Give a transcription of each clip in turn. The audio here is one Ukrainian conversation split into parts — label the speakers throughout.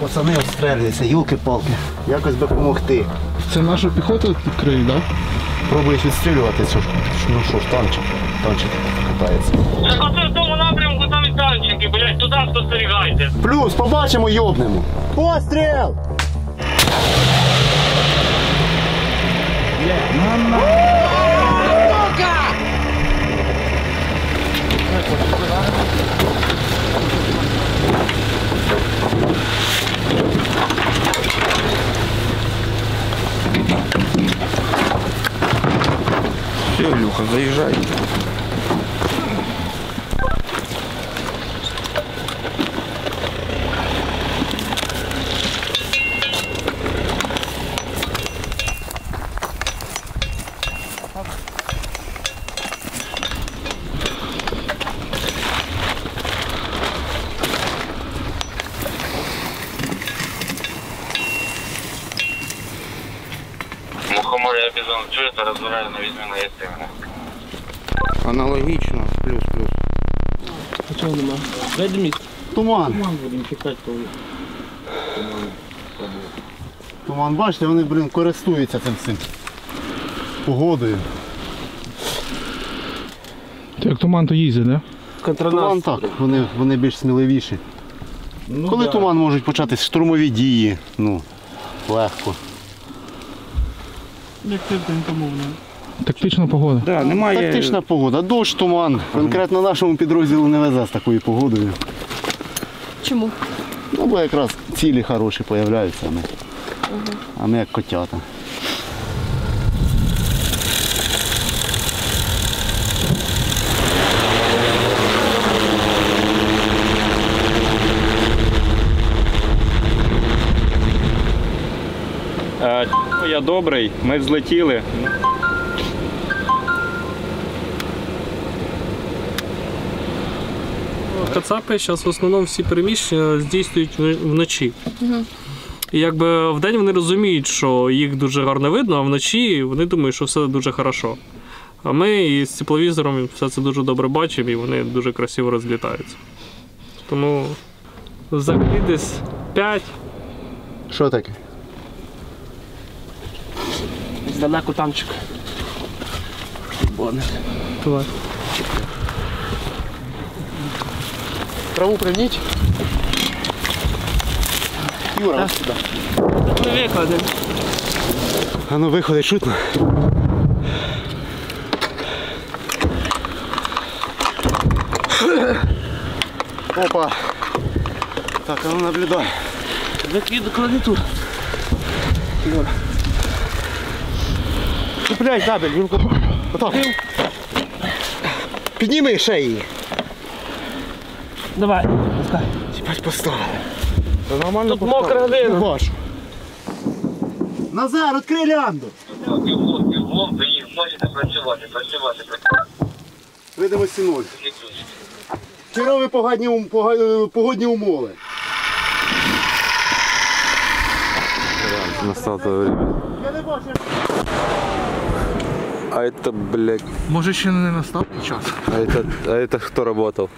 Speaker 1: Пацани обстрілюються, юлки-палки. Якось би допомогти.
Speaker 2: Це наша піхота підкриє, так?
Speaker 1: Пробуєш відстрілювати цю ж- ну що ж, танчик. Танчик катається.
Speaker 3: Закоти в тому напрямку там і танчики, блять, туди спостерігайте.
Speaker 1: Плюс, побачимо, йобнемо. Постріл!
Speaker 4: Все, Илюха, заезжай.
Speaker 3: Мухоморя бізон чуєте, розбираю на візьмі на ястребі.
Speaker 4: Аналогично, плюс, плюс.
Speaker 1: Туман. Туман будемо чекати, коли. Туман, бачите, вони, блін, користуються цим цим. Погодою.
Speaker 2: Як туман, то їздить, так?
Speaker 1: Туман так, вони, вони більш сміливіші. Коли туман можуть початись штурмові дії, ну, легко.
Speaker 2: Тактична погода.
Speaker 4: Да, немає.
Speaker 1: Тактична погода, дощ, туман. Конкретно нашому підрозділу не везе з такою погодою.
Speaker 5: Чому?
Speaker 1: Ну, бо якраз цілі хороші появляються. а Ми. А ми як котята.
Speaker 6: Е, Я добрий, ми взлетіли.
Speaker 7: Кацапи зараз в основному всі переміщення здійснюють в- вночі. І якби вдень вони розуміють, що їх дуже гарно видно, а вночі вони думають, що все дуже хорошо. А ми і з тепловізором все це дуже добре бачимо, і вони дуже красиво розлітаються. Тому взагалі десь 5.
Speaker 1: Що таке?
Speaker 7: Здалеку танчик. Бонер.
Speaker 1: Юра, ось сюди.
Speaker 7: Давай. Не виходимо.
Speaker 1: А ну виходить шутно. Опа. Так, а ну наблюдай.
Speaker 7: Викиду клавіатуру.
Speaker 1: Чіпляй табель, він Отак. Підніми ще її.
Speaker 7: Давай.
Speaker 1: Бать поставили. Ну,
Speaker 7: Тут мокра глина.
Speaker 1: Бачу. Назар, відкрий лянду.
Speaker 3: Лодки, лодки, їх можете працювати, працювати, працювати.
Speaker 1: Видимості ноль. Херові погодні, ум- пога- е, погодні умови. Я не бачу.
Speaker 4: А это, блядь,
Speaker 2: Може ще не настав час.
Speaker 4: а это, а это кто работал?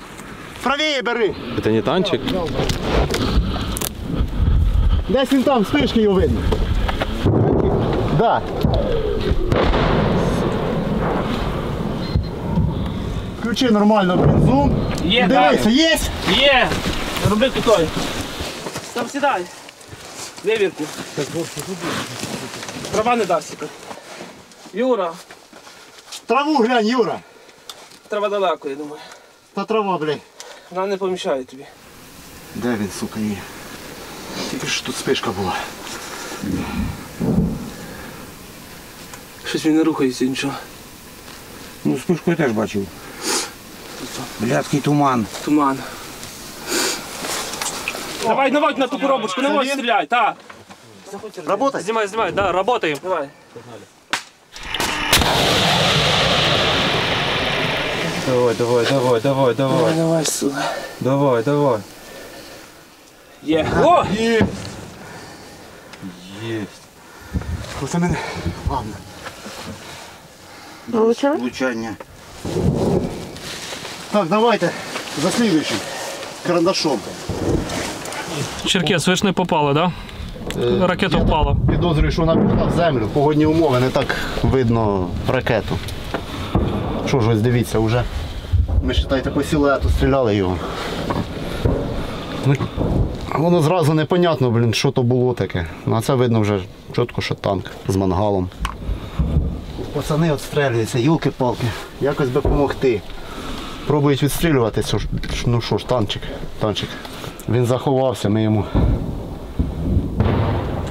Speaker 1: Правіє бери.
Speaker 4: Это не танчик?
Speaker 1: Десь він там, спишки його видно. Да. Включи нормально, блін, зум.
Speaker 7: Є,
Speaker 1: Дивися, є?
Speaker 7: Є! Роби кутой. Там сідай. Вивірку. Трава не дасть. сіка. Юра,
Speaker 1: Траву глянь, Юра.
Speaker 7: трава далеко, я думаю.
Speaker 1: Та трава, блін.
Speaker 7: Вона не помішає тобі.
Speaker 1: Де він, сука, є? Тільки що тут спишка була.
Speaker 7: Щось він не рухається нічого.
Speaker 4: Ну, вспышку я теж бачив. Блядський туман.
Speaker 7: Туман. Давай, наводь на ту коробочку, не можеш стріляй, так.
Speaker 1: Работай?
Speaker 7: Знімай, знімай, да, работаємо. Давай.
Speaker 4: Давай, давай, давай, давай, давай.
Speaker 7: Давай, сука.
Speaker 4: Давай, давай.
Speaker 7: Є. О!
Speaker 4: Есть.
Speaker 1: Пацани, ладно.
Speaker 4: Влучання.
Speaker 1: Так, давайте за слідуючим. Карандашом.
Speaker 7: Черкес, ви ж не попали, так?
Speaker 1: Е,
Speaker 7: Да? Ракета впала.
Speaker 1: Підозрюю, що вона пішла в землю. Погодні умови, не так видно ракету. Що ж ось дивіться, вже. Ми считайте, по силуету стріляли його. Ну, Воно зразу непонятно, блін, що то було таке. Ну а це видно вже чітко, що танк з мангалом. Пацани відстрілюються, юлки-палки. Якось би допомогти. Пробують відстрілювати, що ж- ну що ж, танчик, танчик. Він заховався, ми йому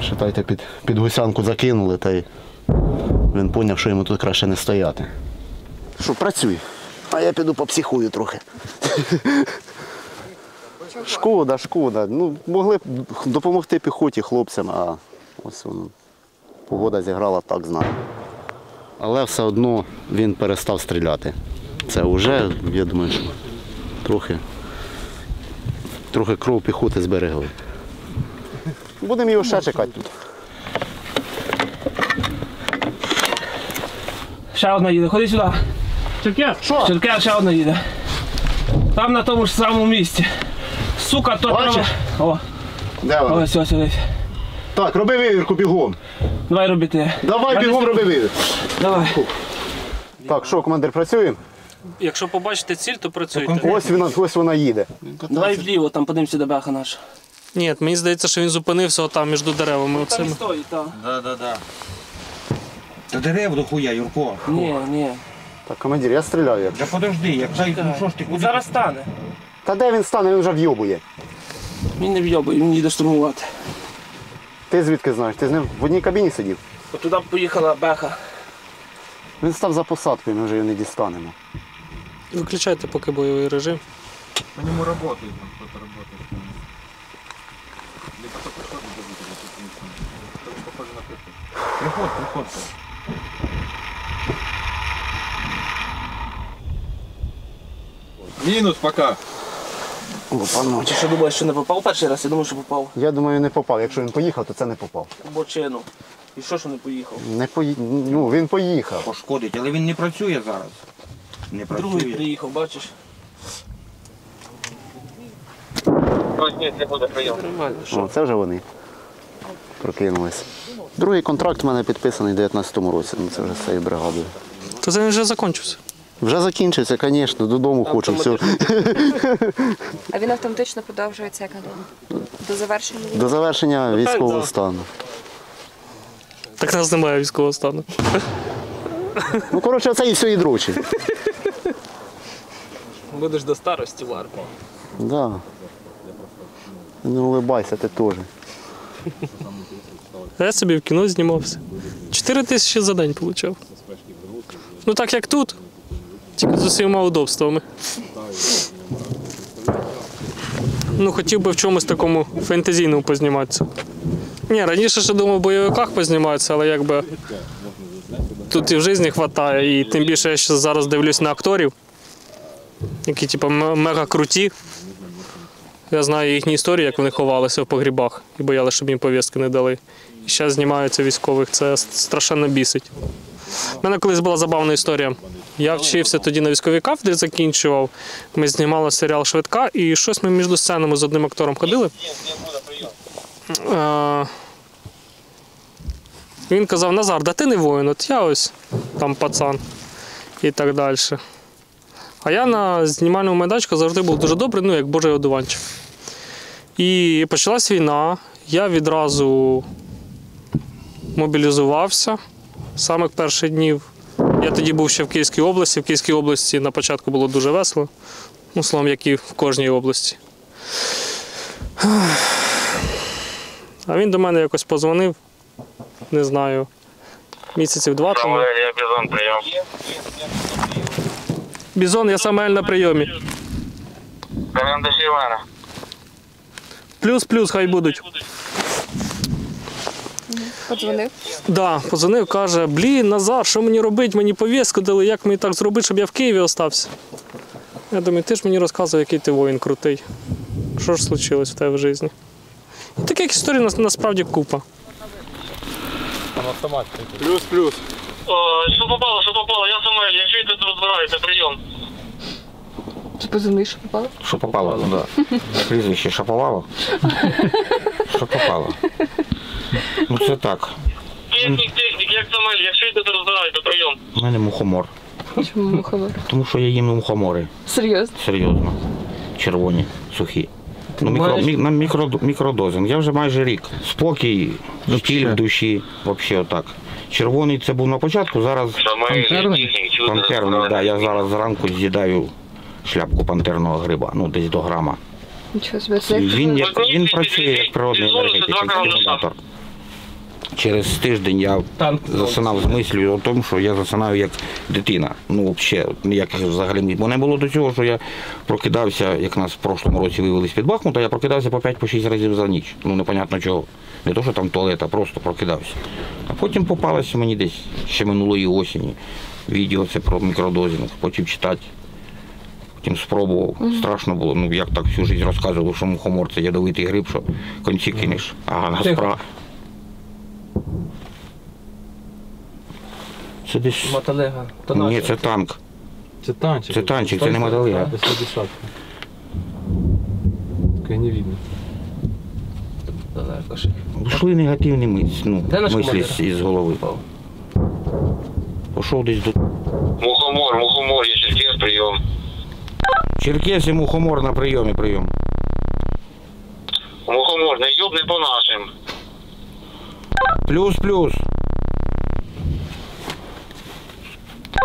Speaker 1: Шитайте, під, під гусянку закинули, та й він поняв, що йому тут краще не стояти. Що, працюй? А я піду попсихую трохи. шкода, шкода. Ну, могли б допомогти піхоті хлопцям, а ось воно. Погода зіграла так з нами. Але все одно він перестав стріляти. Це вже, я думаю, що трохи, трохи кров піхоти зберегли. Будемо його ще чекати тут.
Speaker 8: Ще одна їде, ходи сюди.
Speaker 7: Черкес!
Speaker 1: Що?
Speaker 8: Черкер ще одна їде. Там на тому ж самому місці. Сука, то
Speaker 1: Бачиш?
Speaker 8: треба. О,
Speaker 1: Де вона?
Speaker 8: ось, ось, ось.
Speaker 1: Так, роби вивірку бігом.
Speaker 8: Давай робити.
Speaker 1: Давай бігом роби вивірку.
Speaker 8: Давай.
Speaker 1: Так, що, командир, працюємо?
Speaker 7: Якщо побачите ціль, то працюйте.
Speaker 1: Ось вона, ось вона їде.
Speaker 8: Давай вліво, там подивимося до беха наша.
Speaker 7: Ні, мені здається, що він зупинився отам між деревами.
Speaker 8: Там і
Speaker 7: Оцими.
Speaker 8: стоїть, так.
Speaker 4: Да-да-да. Та дерев до хуя, Юрко.
Speaker 8: Ні, ні.
Speaker 1: Так, командир, я стріляю. як.
Speaker 4: Да подожди, як зайду, ну що ж ти
Speaker 8: Він
Speaker 4: куди?
Speaker 8: зараз стане.
Speaker 1: Та де він стане, він вже в'йобує.
Speaker 8: Він не вйобує, він їде штурмувати.
Speaker 1: Ти звідки знаєш? Ти з ним в одній кабіні сидів?
Speaker 8: Отуди поїхала беха.
Speaker 1: Він став за посадкою, ми вже його не дістанемо.
Speaker 7: Виключайте поки бойовий режим.
Speaker 4: По ньому працює, там хтось працює. Приход, приход. Мінус пока.
Speaker 1: Лопануть.
Speaker 8: Ти що думаєш, що не попав перший раз? Я думаю, що попав.
Speaker 1: Я думаю, не попав. Якщо він поїхав, то це не попав.
Speaker 8: Бочину. І що, що не поїхав?
Speaker 1: Не пої... Ну, він поїхав.
Speaker 4: Пошкодить, але він не працює зараз. Не
Speaker 8: Другий
Speaker 4: працює.
Speaker 8: приїхав, бачиш?
Speaker 3: Ні, не буде прийом.
Speaker 1: О, це вже вони прокинулись. Другий контракт в мене підписаний у 19-му році. Ну, це вже з цією бригадою.
Speaker 7: То це він вже закончився.
Speaker 1: Вже закінчиться, звісно, додому хочу. Все.
Speaker 5: А він автоматично продовжується як надовго? До завершення війни?
Speaker 1: До завершення військового стану.
Speaker 7: Так нас немає військового стану.
Speaker 1: Ну, коротше, це і все і дрочі.
Speaker 8: Будеш до старості в армії.
Speaker 1: Да. Не улыбайся, ти теж.
Speaker 7: А Я собі в кіно знімався. Чотири тисячі за день отримав. Ну так як тут, тільки з усіма удобствами. Ну, хотів би в чомусь такому фентезійному позніматися. Ні, раніше ще думав в бойовиках позніматися, але якби тут і в житті хватає, і тим більше я ще зараз дивлюсь на акторів, які типу м- мега круті. Я знаю їхні історії, як вони ховалися в погрібах і боялися, щоб їм повістки не дали. І зараз знімаються військових, це с- страшенно бісить. У мене колись була забавна історія. Я вчився тоді на військовій кафедрі, закінчував. Ми знімали серіал Швидка, і щось ми між сценами з одним актором ходили. Е, Він казав: Назар, да ти не воїн, от я ось там пацан і так далі. А я на знімальному майданчику завжди був дуже добрий, ну як божий одуванчик. І почалась війна. Я відразу мобілізувався. З самих перших днів. Я тоді був ще в Київській області. В Київській області на початку було дуже весело. Ну, словом, як і в кожній області. А він до мене якось позвонив, не знаю, місяців два тому.
Speaker 3: Валерія Бізон, прийом.
Speaker 7: Бізон, я саме на прийомі.
Speaker 3: Карандаш Івана.
Speaker 7: Плюс-плюс, хай будуть.
Speaker 5: Подзвонив.
Speaker 7: Да, позвонив, каже: Блін, Назар, що мені робити? Мені повістку дали, як мені так зробити, щоб я в Києві остався. Я думаю, ти ж мені розказував, який ти воїн крутий. Що ж случилось в тебе в житті? І таких історій нас- насправді купа.
Speaker 6: Плюс-плюс.
Speaker 3: Е, Що попало, що попало, я Самуель, я чую, тут розбираюся, прийом.
Speaker 5: Ти позивний, що попало?
Speaker 9: Шапопалов, да. Прізвище Шаповалов. Шапопалов. Ну це так.
Speaker 3: Технік, технік, як там, якщо йдете розбираєте, прийом.
Speaker 9: У мене мухомор.
Speaker 5: Чому мухомор?
Speaker 9: Тому що я їм мухомори.
Speaker 5: Серйозно?
Speaker 9: Серйозно. Червоні, сухі. Ну, мікро, мі, на мікро, мікродозинг. Я вже майже рік. Спокій, стіль в душі, взагалі отак. Червоний це був на початку, зараз
Speaker 2: Пантерний?
Speaker 3: технік, чудо.
Speaker 9: пантерний, да, я зараз зранку з'їдаю шляпку пантерного гриба, ну десь до грама.
Speaker 5: Нічого собі. Це як
Speaker 9: Він, як, він працює як природний енергетик, як стимулятор. Через тиждень я
Speaker 8: Танк.
Speaker 9: засинав з мислю о тому, що я засинаю як дитина. Ну, взагалі, ніяких взагалі не мене було до цього, що я прокидався, як нас в прошлому році вивели з-під Бахмута, я прокидався по 5-6 разів за ніч. Ну, непонятно чого. Не то, що там туалет, а просто прокидався. А потім попалося мені десь ще минулої осені. Відео це про мікродозінг, потім читати. Потім спробував. Страшно було. Ну як так всю життя розказував, що мухомор це ядовитий гриб, що конці кинеш. А насправді. Це десь.
Speaker 8: Мотолега. То
Speaker 9: Ні,
Speaker 8: наше.
Speaker 9: це танк.
Speaker 10: Це танчик.
Speaker 9: Це танчик, це не мотолега.
Speaker 10: Це десятка. Таке не видно.
Speaker 8: Далеко ще.
Speaker 9: Ушли негативні мис... ну,
Speaker 8: Де наш
Speaker 9: мислі
Speaker 8: командир?
Speaker 9: з- із голови. Пішов десь до
Speaker 3: Мухомор, мухомор, є черкес, прийом.
Speaker 9: Черкес і мухомор на прийомі прийом.
Speaker 3: Мухомор, не йоб не по нашим.
Speaker 9: Плюс, плюс.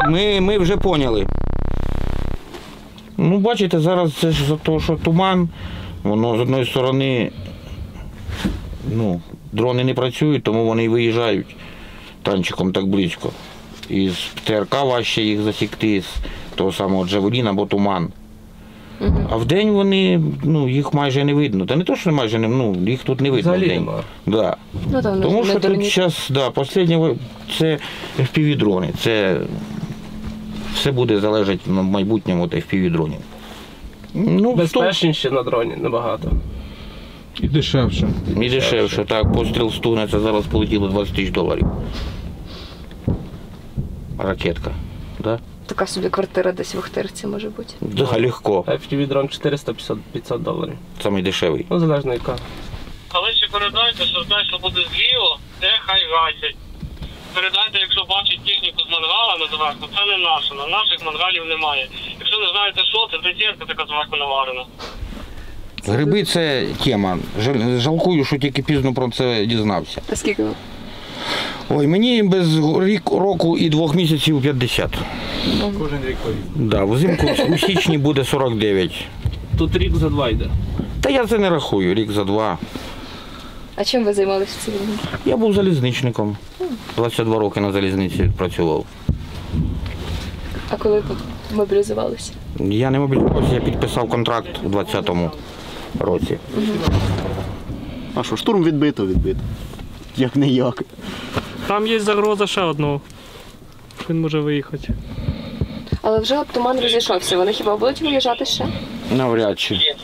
Speaker 9: Ми, ми вже поняли. Ну, бачите, зараз це ж за те, що туман, воно з одної сторони, ну, дрони не працюють, тому вони і виїжджають танчиком так близько. І з ПТРК важче їх засікти, з того самого Джавеліна або туман. А вдень вони, ну, їх майже не видно. Та не то, що майже не, ну, їх тут не видно.
Speaker 8: Взагалі
Speaker 9: вдень.
Speaker 8: нема.
Speaker 9: Да.
Speaker 5: Ну там
Speaker 9: Тому
Speaker 5: не
Speaker 9: що тут
Speaker 5: дурні.
Speaker 9: зараз, да, останнє це fpv дрони Це все буде залежати на майбутньому від fpv дронів Ну,
Speaker 8: Безпечніше на дроні набагато.
Speaker 2: І дешевше.
Speaker 9: сто- і дешевше, так, постріл стугне, це зараз полетіло 20 тисяч доларів. Ракетка. Да?
Speaker 5: Така собі квартира десь в Охтирці може бути.
Speaker 9: Да, легко.
Speaker 8: FTV дрон 450-500 доларів.
Speaker 9: Самий дешевий.
Speaker 8: Ну, залежно яка.
Speaker 3: Але ще передайте, що те, що буде зліво, те хай гасять. Передайте, якщо бачить техніку з мангала на зверху, це не наша, на наших мангалів немає. Якщо не знаєте, що це, це сітка така зверху наварена.
Speaker 9: Гриби це тема. Жаль- Жалкую, що тільки пізно про це дізнався.
Speaker 5: А скільки вам?
Speaker 9: Ой, мені без рік року і двох місяців 50.
Speaker 10: Кожен рік по
Speaker 9: Да, взимку у січні буде 49.
Speaker 8: Тут рік за два йде.
Speaker 9: Та я це не рахую, рік за два.
Speaker 5: А чим ви займалися в цивільному?
Speaker 9: Я був залізничником. 22 роки на залізниці працював.
Speaker 5: А коли ви мобілізувалися?
Speaker 9: Я не мобілізувався, я підписав контракт у 20-му році.
Speaker 1: А що, штурм відбито, відбито. Як не як.
Speaker 7: Там є загроза ще одного. що Він може виїхати.
Speaker 5: Але вже туман розійшовся. Вони хіба будуть виїжджати ще?
Speaker 9: Навряд чи.
Speaker 3: Є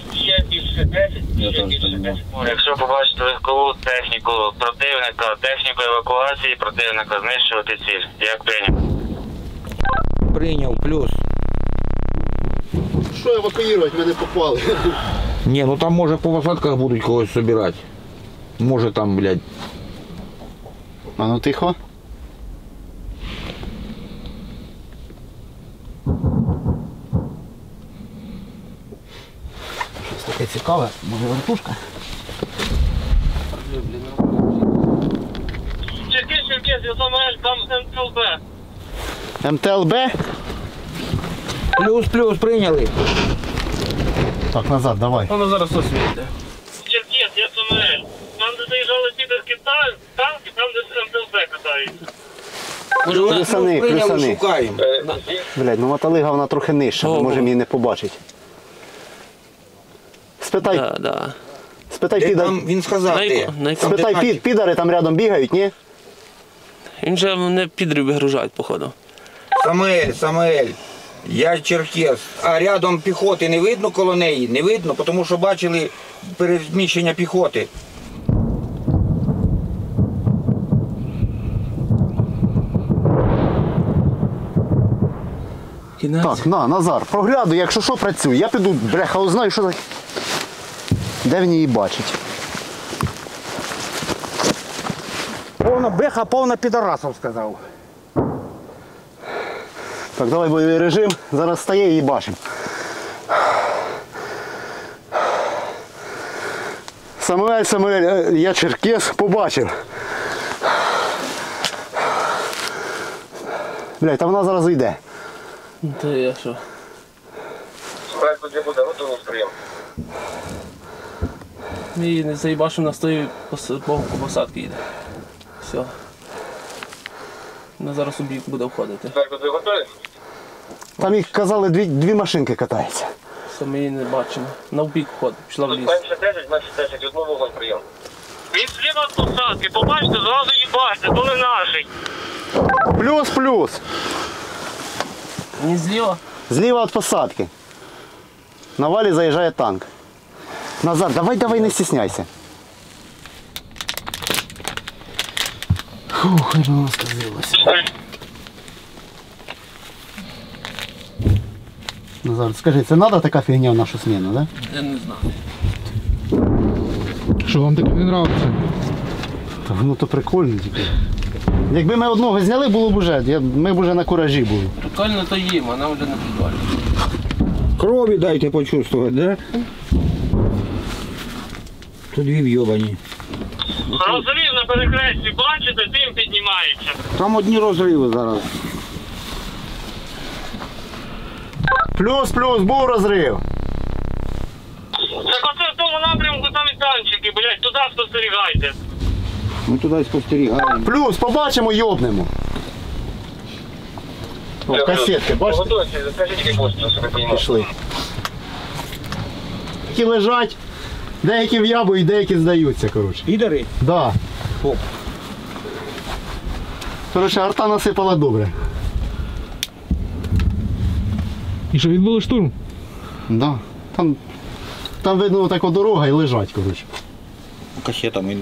Speaker 3: більше 10, є більше 10. Якщо побачите легкову техніку противника, техніку евакуації противника, знищувати ціль. Як прийняв.
Speaker 9: Прийняв плюс.
Speaker 1: Що евакуювати, мене попали.
Speaker 9: Ні, ну там може по посадках будуть когось збирати. Може там, блядь.
Speaker 1: А ну тихо. Щось таке цікаве, може вертушка?
Speaker 3: Який черкес, я думаю, там МТЛБ.
Speaker 1: МТЛБ?
Speaker 9: Плюс, плюс, прийняли.
Speaker 1: Так, назад, давай.
Speaker 8: Воно зараз ось вийде.
Speaker 3: Черкес, я думаю, там де заїжджали піде з Китаю, танки, там де МТЛБ катають.
Speaker 1: Плюсани, плюсани.
Speaker 9: шукаємо.
Speaker 1: Блядь, ну мотолига вона трохи нижча, ну, ми можемо її не побачити. Спитай,
Speaker 11: Да, да.
Speaker 1: спитай, підар...
Speaker 9: Там він сказав,
Speaker 11: Найко,
Speaker 9: де?
Speaker 11: найко.
Speaker 1: спитай під, підари там рядом бігають, ні?
Speaker 11: Він же мене підрив вигружають, походу.
Speaker 9: Самуель, Самуель, я черкес. А рядом піхоти не видно коло неї? Не видно, тому що бачили переміщення піхоти.
Speaker 1: Так, на, Назар, прогляду, якщо що працюю. Я піду, бляха, узнаю, що за. Де він її бачить.
Speaker 12: Повна беха, повна підорасов сказав.
Speaker 1: Так, давай бойовий режим, зараз стає і бачимо. Самуель, Самуель, е, я черкес, побачив. Блядь, та вона зараз йде.
Speaker 11: Та Ну, я що?
Speaker 3: Справді не буде, готовий прийом.
Speaker 11: Ми її Ну, не заїбашимо на стої пос- боку посадки їде. Все. Вона зараз у бік буде входити.
Speaker 3: Справді готові?
Speaker 1: Там їх казали, дві, дві машинки катаються.
Speaker 11: Все, ми її не бачимо. На вбік входить, пішла в ліс.
Speaker 3: Менше 10, менше 10, одну вогонь прийом. Він сліва з посадки, побачите, зразу їбаште, то не наший.
Speaker 1: Плюс-плюс.
Speaker 11: Не зліва?
Speaker 1: Зліва від посадки. На валі заїжджає танк. Назар, давай, давай, не стісняйся. Фух, я нас Назар, скажи, це треба така фігня в нашу зміну, да?
Speaker 11: Я не знаю.
Speaker 1: Що вам таке не подобається? Та воно то прикольно тільки. Якби ми одного зняли, було б уже, я- ми б уже на куражі були.
Speaker 11: Прикольно то їм, а нам вже не прикольно.
Speaker 9: Крові дайте почувствувати, да? Тут дві вйобані.
Speaker 3: Розрив на перехресті, бачите, дим піднімається.
Speaker 9: Там одні розриви зараз.
Speaker 1: Плюс-плюс, був розрив.
Speaker 3: Так оце в тому напрямку там і танчики, блядь, туди спостерігайте.
Speaker 9: Ми туди спостерігаємо.
Speaker 1: Плюс, побачимо, йобнемо. О, касетки, бачите?
Speaker 3: Готуйте, скажіть, як можете, щоб ви понімали.
Speaker 1: Пішли. Які лежать, деякі в ябу і деякі здаються, коротше.
Speaker 4: Підари?
Speaker 1: Да. Коротше, арта насипала добре.
Speaker 2: І що відбули штурм?
Speaker 1: Да. Там, там видно така дорога і лежать, коротше.
Speaker 9: Касетами.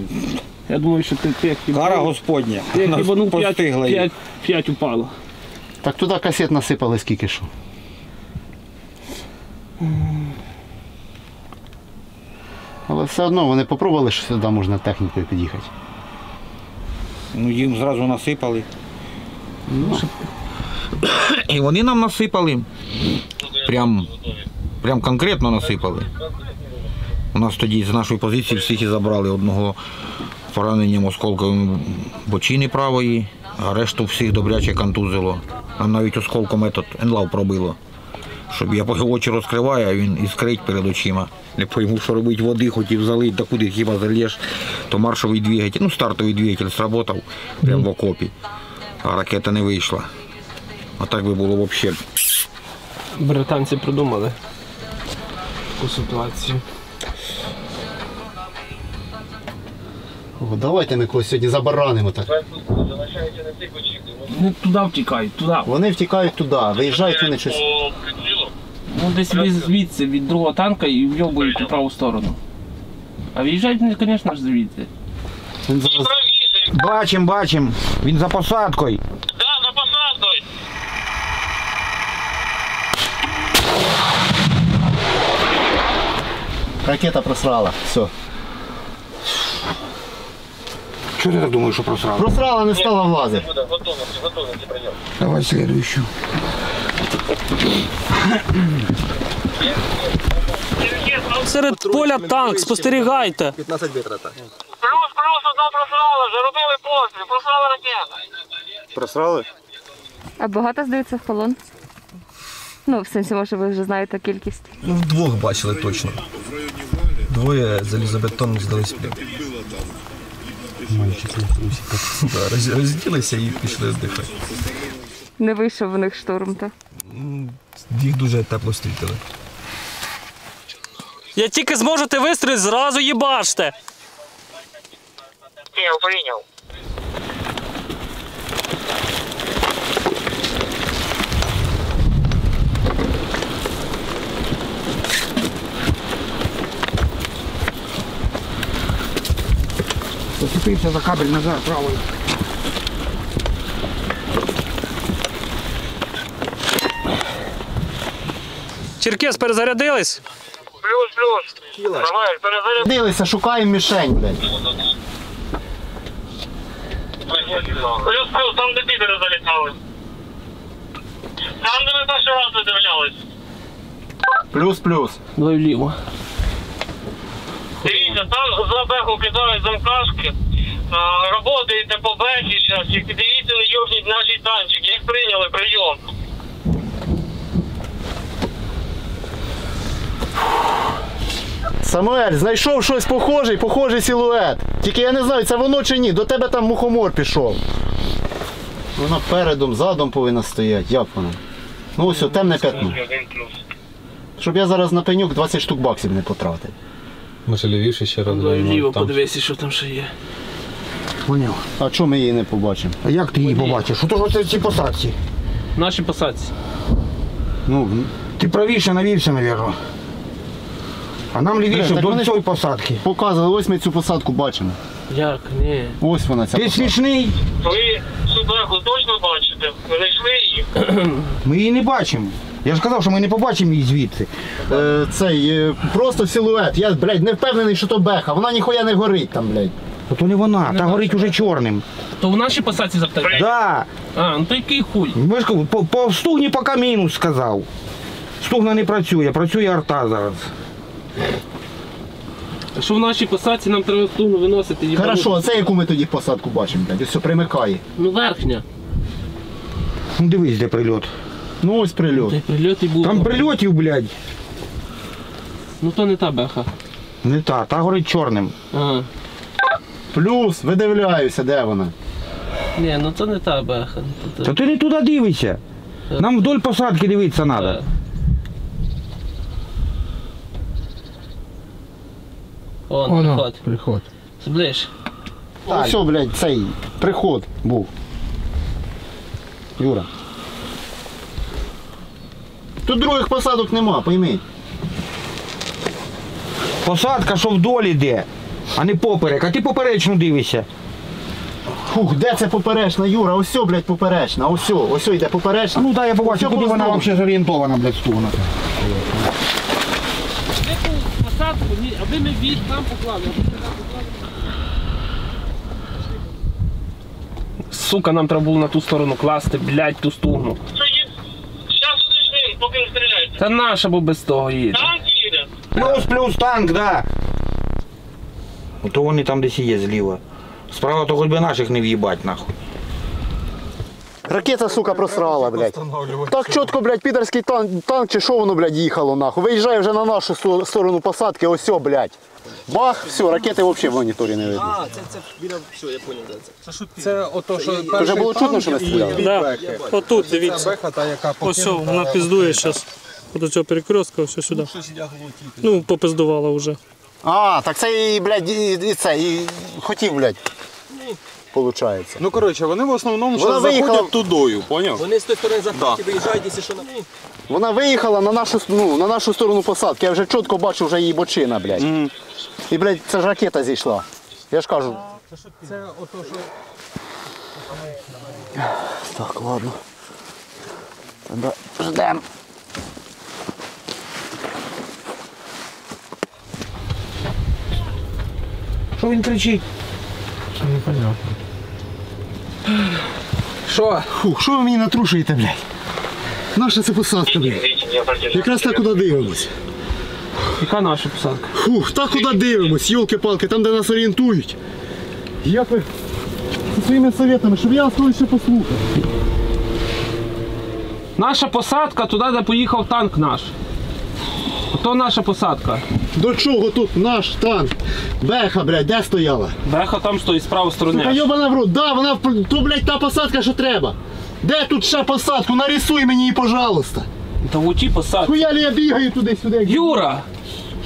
Speaker 8: Я думаю, що ти, ти як і
Speaker 9: Кара Господня.
Speaker 8: Ти як їбанув, п'ять,
Speaker 9: постигла їх.
Speaker 8: п'ять, п'ять упало.
Speaker 1: Так туди касет насипали скільки що. Але все одно вони попробували, що сюди можна технікою під'їхати.
Speaker 9: Ну їм зразу насипали. І вони нам насипали. Прям, прям конкретно насипали. У нас тоді з нашої позиції всіх і забрали одного з пораненням осколковим бочини правої, а решту всіх добряче контузило. Нам навіть осколком метод енлав пробило. Щоб я по очі розкриваю, а він іскрить перед очима. Не пойму, що робить води, хотів залить, та куди хіба залєш, то маршовий двигатель, ну стартовий двигатель сработав прямо в окопі, а ракета не вийшла. А так би було взагалі.
Speaker 8: Британці придумали таку ситуацію.
Speaker 1: О, давайте ми когось сьогодні забаранимо так.
Speaker 8: Не туди втікають, туди.
Speaker 1: Вони втікають туди, виїжджають вони щось.
Speaker 8: Ну десь від- звідси від другого танка і вйобують у праву сторону. А виїжджають вони, звісно ж, звідси.
Speaker 9: Бачим, бачим. Він за посадкою.
Speaker 3: Да, за посадкою.
Speaker 1: Ракета просрала, все.
Speaker 9: Чого ти так думаєш, що просрав?
Speaker 1: Просрала, не стала влазити.
Speaker 3: Готовності, готовності прийом.
Speaker 9: Давай следующую.
Speaker 7: Серед поля танк, спостерігайте.
Speaker 10: 15 метрів так.
Speaker 3: Плюс, плюс, одна просрала, заробили постріл, просрала ракета.
Speaker 10: Просрали?
Speaker 13: А багато здається в полон? Ну, в сенсі, може, ви вже знаєте кількість.
Speaker 10: Ну, вдвох бачили точно. Двоє залізобетонних здались плів. Мальчики, розділися і пішли здихати.
Speaker 13: Не вийшов в них штурм, то.
Speaker 10: Їх дуже тепло стрітили.
Speaker 7: Я тільки зможете вистрілити, зразу їбаште.
Speaker 3: Я прийняв.
Speaker 9: Зацепився за кабель назад правою.
Speaker 14: Черкес, перезарядились?
Speaker 7: Плюс, плюс. Давай, перезаряд.
Speaker 1: Дивися, шукаємо мішень, блядь.
Speaker 7: Плюс, плюс, там де бідери залітали. Там, де ми перший раз задивлялись.
Speaker 1: Плюс-плюс.
Speaker 8: Давай вліво.
Speaker 7: Дивіться, там за беху кидають замкашки. А, роботи йде по бехі зараз, і дивіться на йобніть наші танчики, як прийняли прийом.
Speaker 1: Самуель, знайшов щось похоже, похожий силует. Тільки я не знаю, це воно чи ні. До тебе там мухомор пішов. Вона передом, задом повинна стояти. Як вона? Ну ось, о, темне пятно. Щоб я зараз на пенюк 20 штук баксів не потратив.
Speaker 15: Може лівіше ще раз.
Speaker 8: Давай
Speaker 15: глянемо,
Speaker 8: вліво,
Speaker 15: там
Speaker 8: подивися, що там ще є.
Speaker 1: Поняв. А чому ми її не побачимо?
Speaker 9: А як ти її побачиш? Що то ж це ці посадці?
Speaker 8: Наші посадці.
Speaker 1: Ну,
Speaker 9: ти правіше навівся, мабуть. А нам лівіше
Speaker 1: так
Speaker 9: до
Speaker 1: вони ж
Speaker 9: цієї посадки.
Speaker 1: Показували, ось ми цю посадку бачимо.
Speaker 8: Як? Ні.
Speaker 1: Ось вона ця.
Speaker 9: Ти
Speaker 1: посадка.
Speaker 9: смішний?
Speaker 7: Ви цю беху точно бачите? Ви знайшли її?
Speaker 9: Ми її не бачимо. Я ж казав, що ми не побачимо її звідси.
Speaker 1: Е, цей е, просто силует. Я, блядь, не впевнений, що то беха. Вона ніхуя не горить там, блядь.
Speaker 9: То не
Speaker 1: Ну,
Speaker 9: вона, та горить уже чорним.
Speaker 8: То в нашій посадці завтра?
Speaker 9: Да.
Speaker 8: А, ну то який хуй?
Speaker 9: Ми ж кажу, по, по стугні поки мінус сказав. Стугна не працює, працює арта зараз.
Speaker 8: А Що в нашій посадці нам треба стугну виносити? їбану?
Speaker 1: Хорошо, а це яку ми тоді посадку бачимо, блядь? Ось все примикає.
Speaker 8: Ну верхня.
Speaker 9: Ну дивись, де прильот.
Speaker 1: Ну ось прильот.
Speaker 8: Прильот і був.
Speaker 9: Там прильотів, блядь.
Speaker 8: Ну то не та беха.
Speaker 9: Не та, та горить чорним.
Speaker 8: Ага.
Speaker 1: Плюс, видивляюся, де вона.
Speaker 8: Ні, ну то не та беха. Ну, не та-
Speaker 9: Та ти не туди дивишся. Нам вдоль посадки дивитися треба.
Speaker 8: О, ну,
Speaker 9: ну.
Speaker 1: Оно,
Speaker 8: приход.
Speaker 1: приход.
Speaker 8: Зближ.
Speaker 1: Ось все, блядь, цей приход був. Юра. Тут других посадок нема, пойми.
Speaker 9: Посадка, що вдоль іде, а не поперек. А ти поперечну дивишся.
Speaker 1: Фух, де це поперечна, Юра? Ось, все, блядь, поперечна. Ось, все, ось все йде поперечна.
Speaker 9: Ну так, я побачив, куди вона взагалі зорієнтована, блядь, стугна.
Speaker 8: Яку посадку, ні, аби ми від там поклали. Сука, нам треба було на ту сторону класти, блядь, ту стугну.
Speaker 7: Зараз уточним, поки не стріляють.
Speaker 8: Та наша, бо без того їде.
Speaker 7: Танк їде.
Speaker 9: Плюс, плюс танк, да. Ну, То вони там десь і є зліва. Справа то хоч би наших не в'їбать, нахуй.
Speaker 1: Ракета, сука, просрала, блядь. Так чітко, блядь, підерський танк, танк чи що воно, блядь, їхало, нахуй. Виїжджає вже на нашу сто- сторону посадки, ось, все, блядь. Бах, все, ракети взагалі в моніторі не видно.
Speaker 15: А, це, це біля. Все, я поняв, де це. Це ото, що
Speaker 1: перший вже було чутно, танк що ми і стріляли? дві
Speaker 14: Да. Отут, дивіться.
Speaker 15: Беха, та, яка
Speaker 14: Ось о, вона піздує зараз. До цього перекрестка, ось сюди. Ну, попиздувала вже.
Speaker 1: А, так це і, блядь, і, і це, і хотів, блядь. Получається.
Speaker 15: Ну коротше, вони в основному
Speaker 1: Вона
Speaker 15: зараз
Speaker 1: виїхала-
Speaker 15: заходять тудою, поняв? Вони з тої сторони
Speaker 1: захваті
Speaker 15: виїжджають, якщо що на.
Speaker 1: Вона виїхала на нашу, ну, на нашу сторону посадки, я вже чітко бачу вже її бочина, блядь. І, блядь, це ж ракета зійшла. Я ж кажу.
Speaker 15: Це ото, що
Speaker 1: Так, ладно. Тогда ждем.
Speaker 9: Що він кричить?
Speaker 16: Не понял.
Speaker 1: Що? Фух, що ви мені натрушуєте, блядь? Наша це посадка, блядь. Якраз так куди дивимось.
Speaker 8: Яка наша посадка?
Speaker 1: Фух, так куди дивимось, йолки-палки, там, де нас орієнтують. Як ви зі своїми советами, щоб я вас колись ще послухав.
Speaker 8: Наша посадка туди, де поїхав танк наш. Ото наша посадка.
Speaker 1: До чого тут наш танк? Беха, блядь, де стояла?
Speaker 8: Беха там стоїть з правої
Speaker 1: Сука,
Speaker 8: сторони.
Speaker 1: йобана в рот, да, вона в- то, блядь, та посадка, що треба. Де тут ще посадку? Нарисуй мені її, пожалуйста.
Speaker 8: Та в оті посадці.
Speaker 1: Хуя ли я бігаю туди-сюди?
Speaker 8: Юра!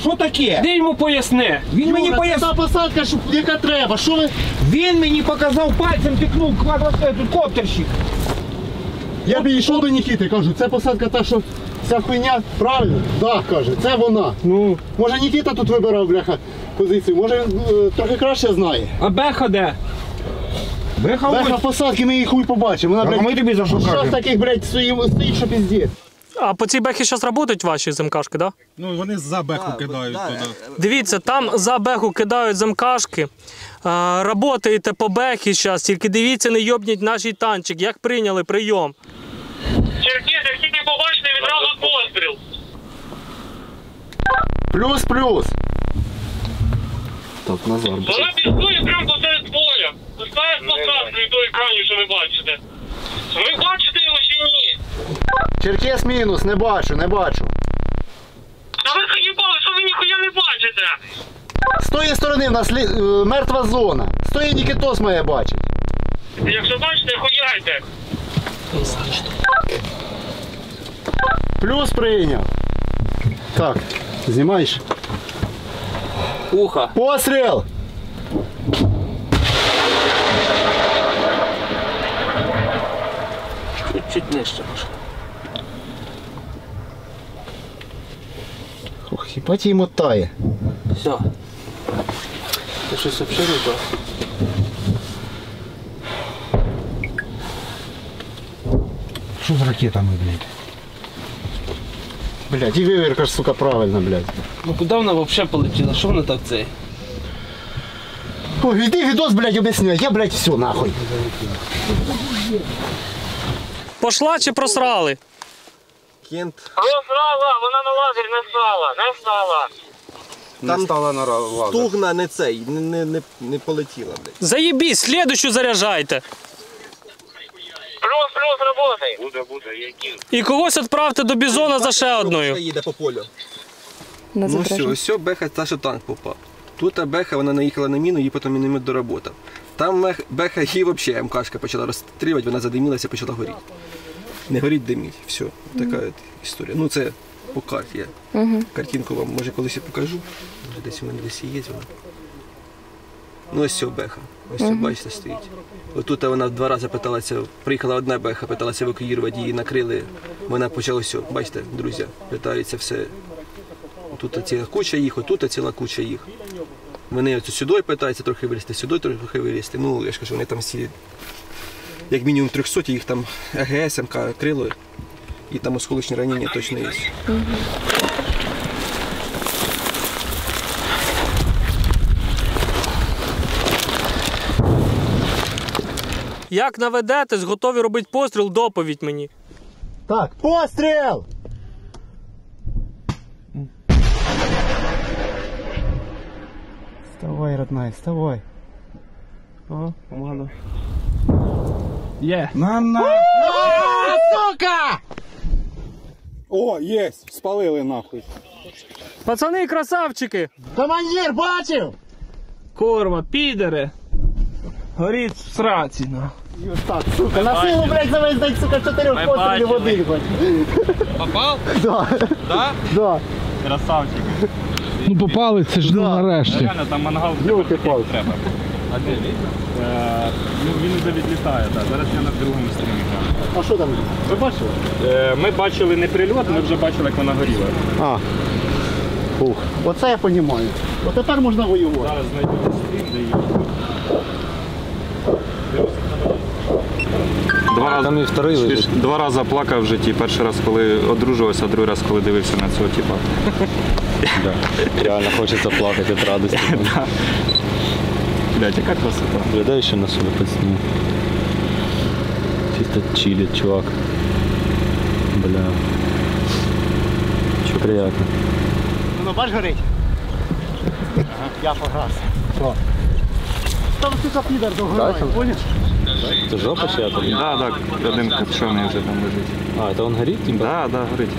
Speaker 9: Що таке?
Speaker 8: Де йому поясни?
Speaker 9: Він мені
Speaker 1: Юра,
Speaker 9: пояс...
Speaker 1: Та посадка, що, яка треба, що ви?
Speaker 9: Він мені показав пальцем, тикнув квадрат, тут коптерщик.
Speaker 1: Я підійшов до Нікіти, кажу, це посадка та, що ця хуйня правильно? Так, каже, це вона. Ну. Може Нікіта тут вибирав, бляха, позицію, може він е, трохи краще знає.
Speaker 8: А беха де?
Speaker 9: Беха,
Speaker 1: Бляха
Speaker 9: ось.
Speaker 1: посадки ми їх хуй побачимо. Вона,
Speaker 9: Так, Ну, а
Speaker 1: блядь,
Speaker 9: ми тобі за що
Speaker 1: щас
Speaker 9: кажемо?
Speaker 1: таких, блядь, стоїть, стоїть, що піздець.
Speaker 7: А по цій бехі зараз працюють ваші земкашки, так? Да?
Speaker 17: Ну вони за беху кидають туди.
Speaker 7: Дивіться, там за беху кидають замкашки. А, работаєте по бехі зараз, тільки дивіться, не йобніть наші танчик, як прийняли прийом.
Speaker 18: Черкес, як тільки побачите, відразу постріл.
Speaker 1: Плюс-плюс. Так, Назар.
Speaker 18: Вона піснує прямо посеред поля. Пускає посадку від тої крані, що ви бачите. Ви бачите його чи ні?
Speaker 1: Черкес мінус, не бачу, не бачу.
Speaker 18: Та ви заїбали, що ви ніхуя не бачите?
Speaker 1: З тої сторони в нас лі- е, мертва зона. З тої Нікітос має бачить.
Speaker 18: Якщо бачите, хуяйте.
Speaker 1: Плюс прийняв. Так, знімаєш?
Speaker 19: Ухо.
Speaker 1: Постріл!
Speaker 19: Чуть-чуть нижче може.
Speaker 1: Ох, хіпать їй мотає.
Speaker 19: Все. Ти щось взагалі не то.
Speaker 20: Що з ракетами, блядь?
Speaker 1: Блядь, і вивірка ж, сука, правильно, блядь.
Speaker 19: Ну куди вона взагалі полетіла? Що вона так це?
Speaker 1: Ой, іди відос, блядь, об'ясняй. Я, блядь, все нахуй.
Speaker 7: Пошла чи просрали?
Speaker 18: Розрала, вона на лазер не стала, не стала.
Speaker 8: Там стала на Тугна не цей, не, не, не, не полетіла, блядь.
Speaker 7: Заєбісь, слідущу заряджайте.
Speaker 18: Плюс, плюс, роботи. Буде, буде, я кину.
Speaker 7: І когось відправте до бізона за ще одною.
Speaker 8: їде по полю.
Speaker 7: На
Speaker 8: ну все,
Speaker 7: Запоріжжя.
Speaker 8: ось сьо, беха та що танк попав. Тут та беха вона наїхала на міну, її потім міномет доработав. Там мех- беха її взагалі МКшка почала розстрілювати, вона задимілася, почала горіти. Не горіть, диміть. Все, така от історія. Ну це по карті. Я
Speaker 5: Мгм.
Speaker 8: картинку вам може колись і покажу. Десь вона десь і є вона. Ну ось ця беха. Ось ця
Speaker 5: Мгм.
Speaker 8: бачите стоїть. Отут вона два рази питалася, приїхала одна беха, питалася евакуювати, її накрили. Вона почала все, бачите, друзі, питаються все. Тут ціла куча їх, отут ціла куча їх. Вони от сюди питаються трохи вилізти, сюди трохи вилізти. Ну, я ж кажу, вони там всі, як мінімум 300, їх там АГС, МК, крило, і там осколочні ранення точно є.
Speaker 7: Як наведетесь, готові робити постріл, доповідь мені.
Speaker 1: Так, постріл! Вставай, родная, вставай.
Speaker 19: Ага, помагано.
Speaker 2: Є.
Speaker 21: На на. Сука! О, єсть! Спалили нахуй.
Speaker 7: Пацани, красавчики!
Speaker 21: Командир, бачив!
Speaker 2: Корма, підери. Горіть в сраці, ну.
Speaker 1: Так, сука, на силу, блядь, завезли, блядь, сука, чотирьох
Speaker 2: Ми
Speaker 1: пострілів в
Speaker 2: бачили.
Speaker 1: один, блядь.
Speaker 2: Попав?
Speaker 1: Да.
Speaker 2: Да?
Speaker 1: Да.
Speaker 3: Красавчик.
Speaker 2: Ну попали, це ж ну нарешті.
Speaker 3: Реально там мангал треба. А де Ну він вже відлітає, так. Зараз я на другому стрімі.
Speaker 1: А що там?
Speaker 3: Ви бачили? Ми бачили не прильот, ми вже бачили, як вона горіла.
Speaker 1: А. Ух, оце я розумію. Оце так можна воювати.
Speaker 3: Зараз знайдете стрім, де її. Два рази, два рази плакав в житті. Перший раз, коли одружувався, а другий раз, коли дивився на цього типа.
Speaker 10: Реально хочеться плакати від радості.
Speaker 3: Блять, яка красота.
Speaker 10: Глядай, що на себе підсні. Чисто чилит, чувак. Бля. Що приятно.
Speaker 1: Ну, бач горить? Я погас. Що? Там сука підер догорає, поняв?
Speaker 10: Це жопа ще там?
Speaker 3: Да, да, один копчений вже там лежить.
Speaker 10: А, це він горить?
Speaker 3: Да, да, горить.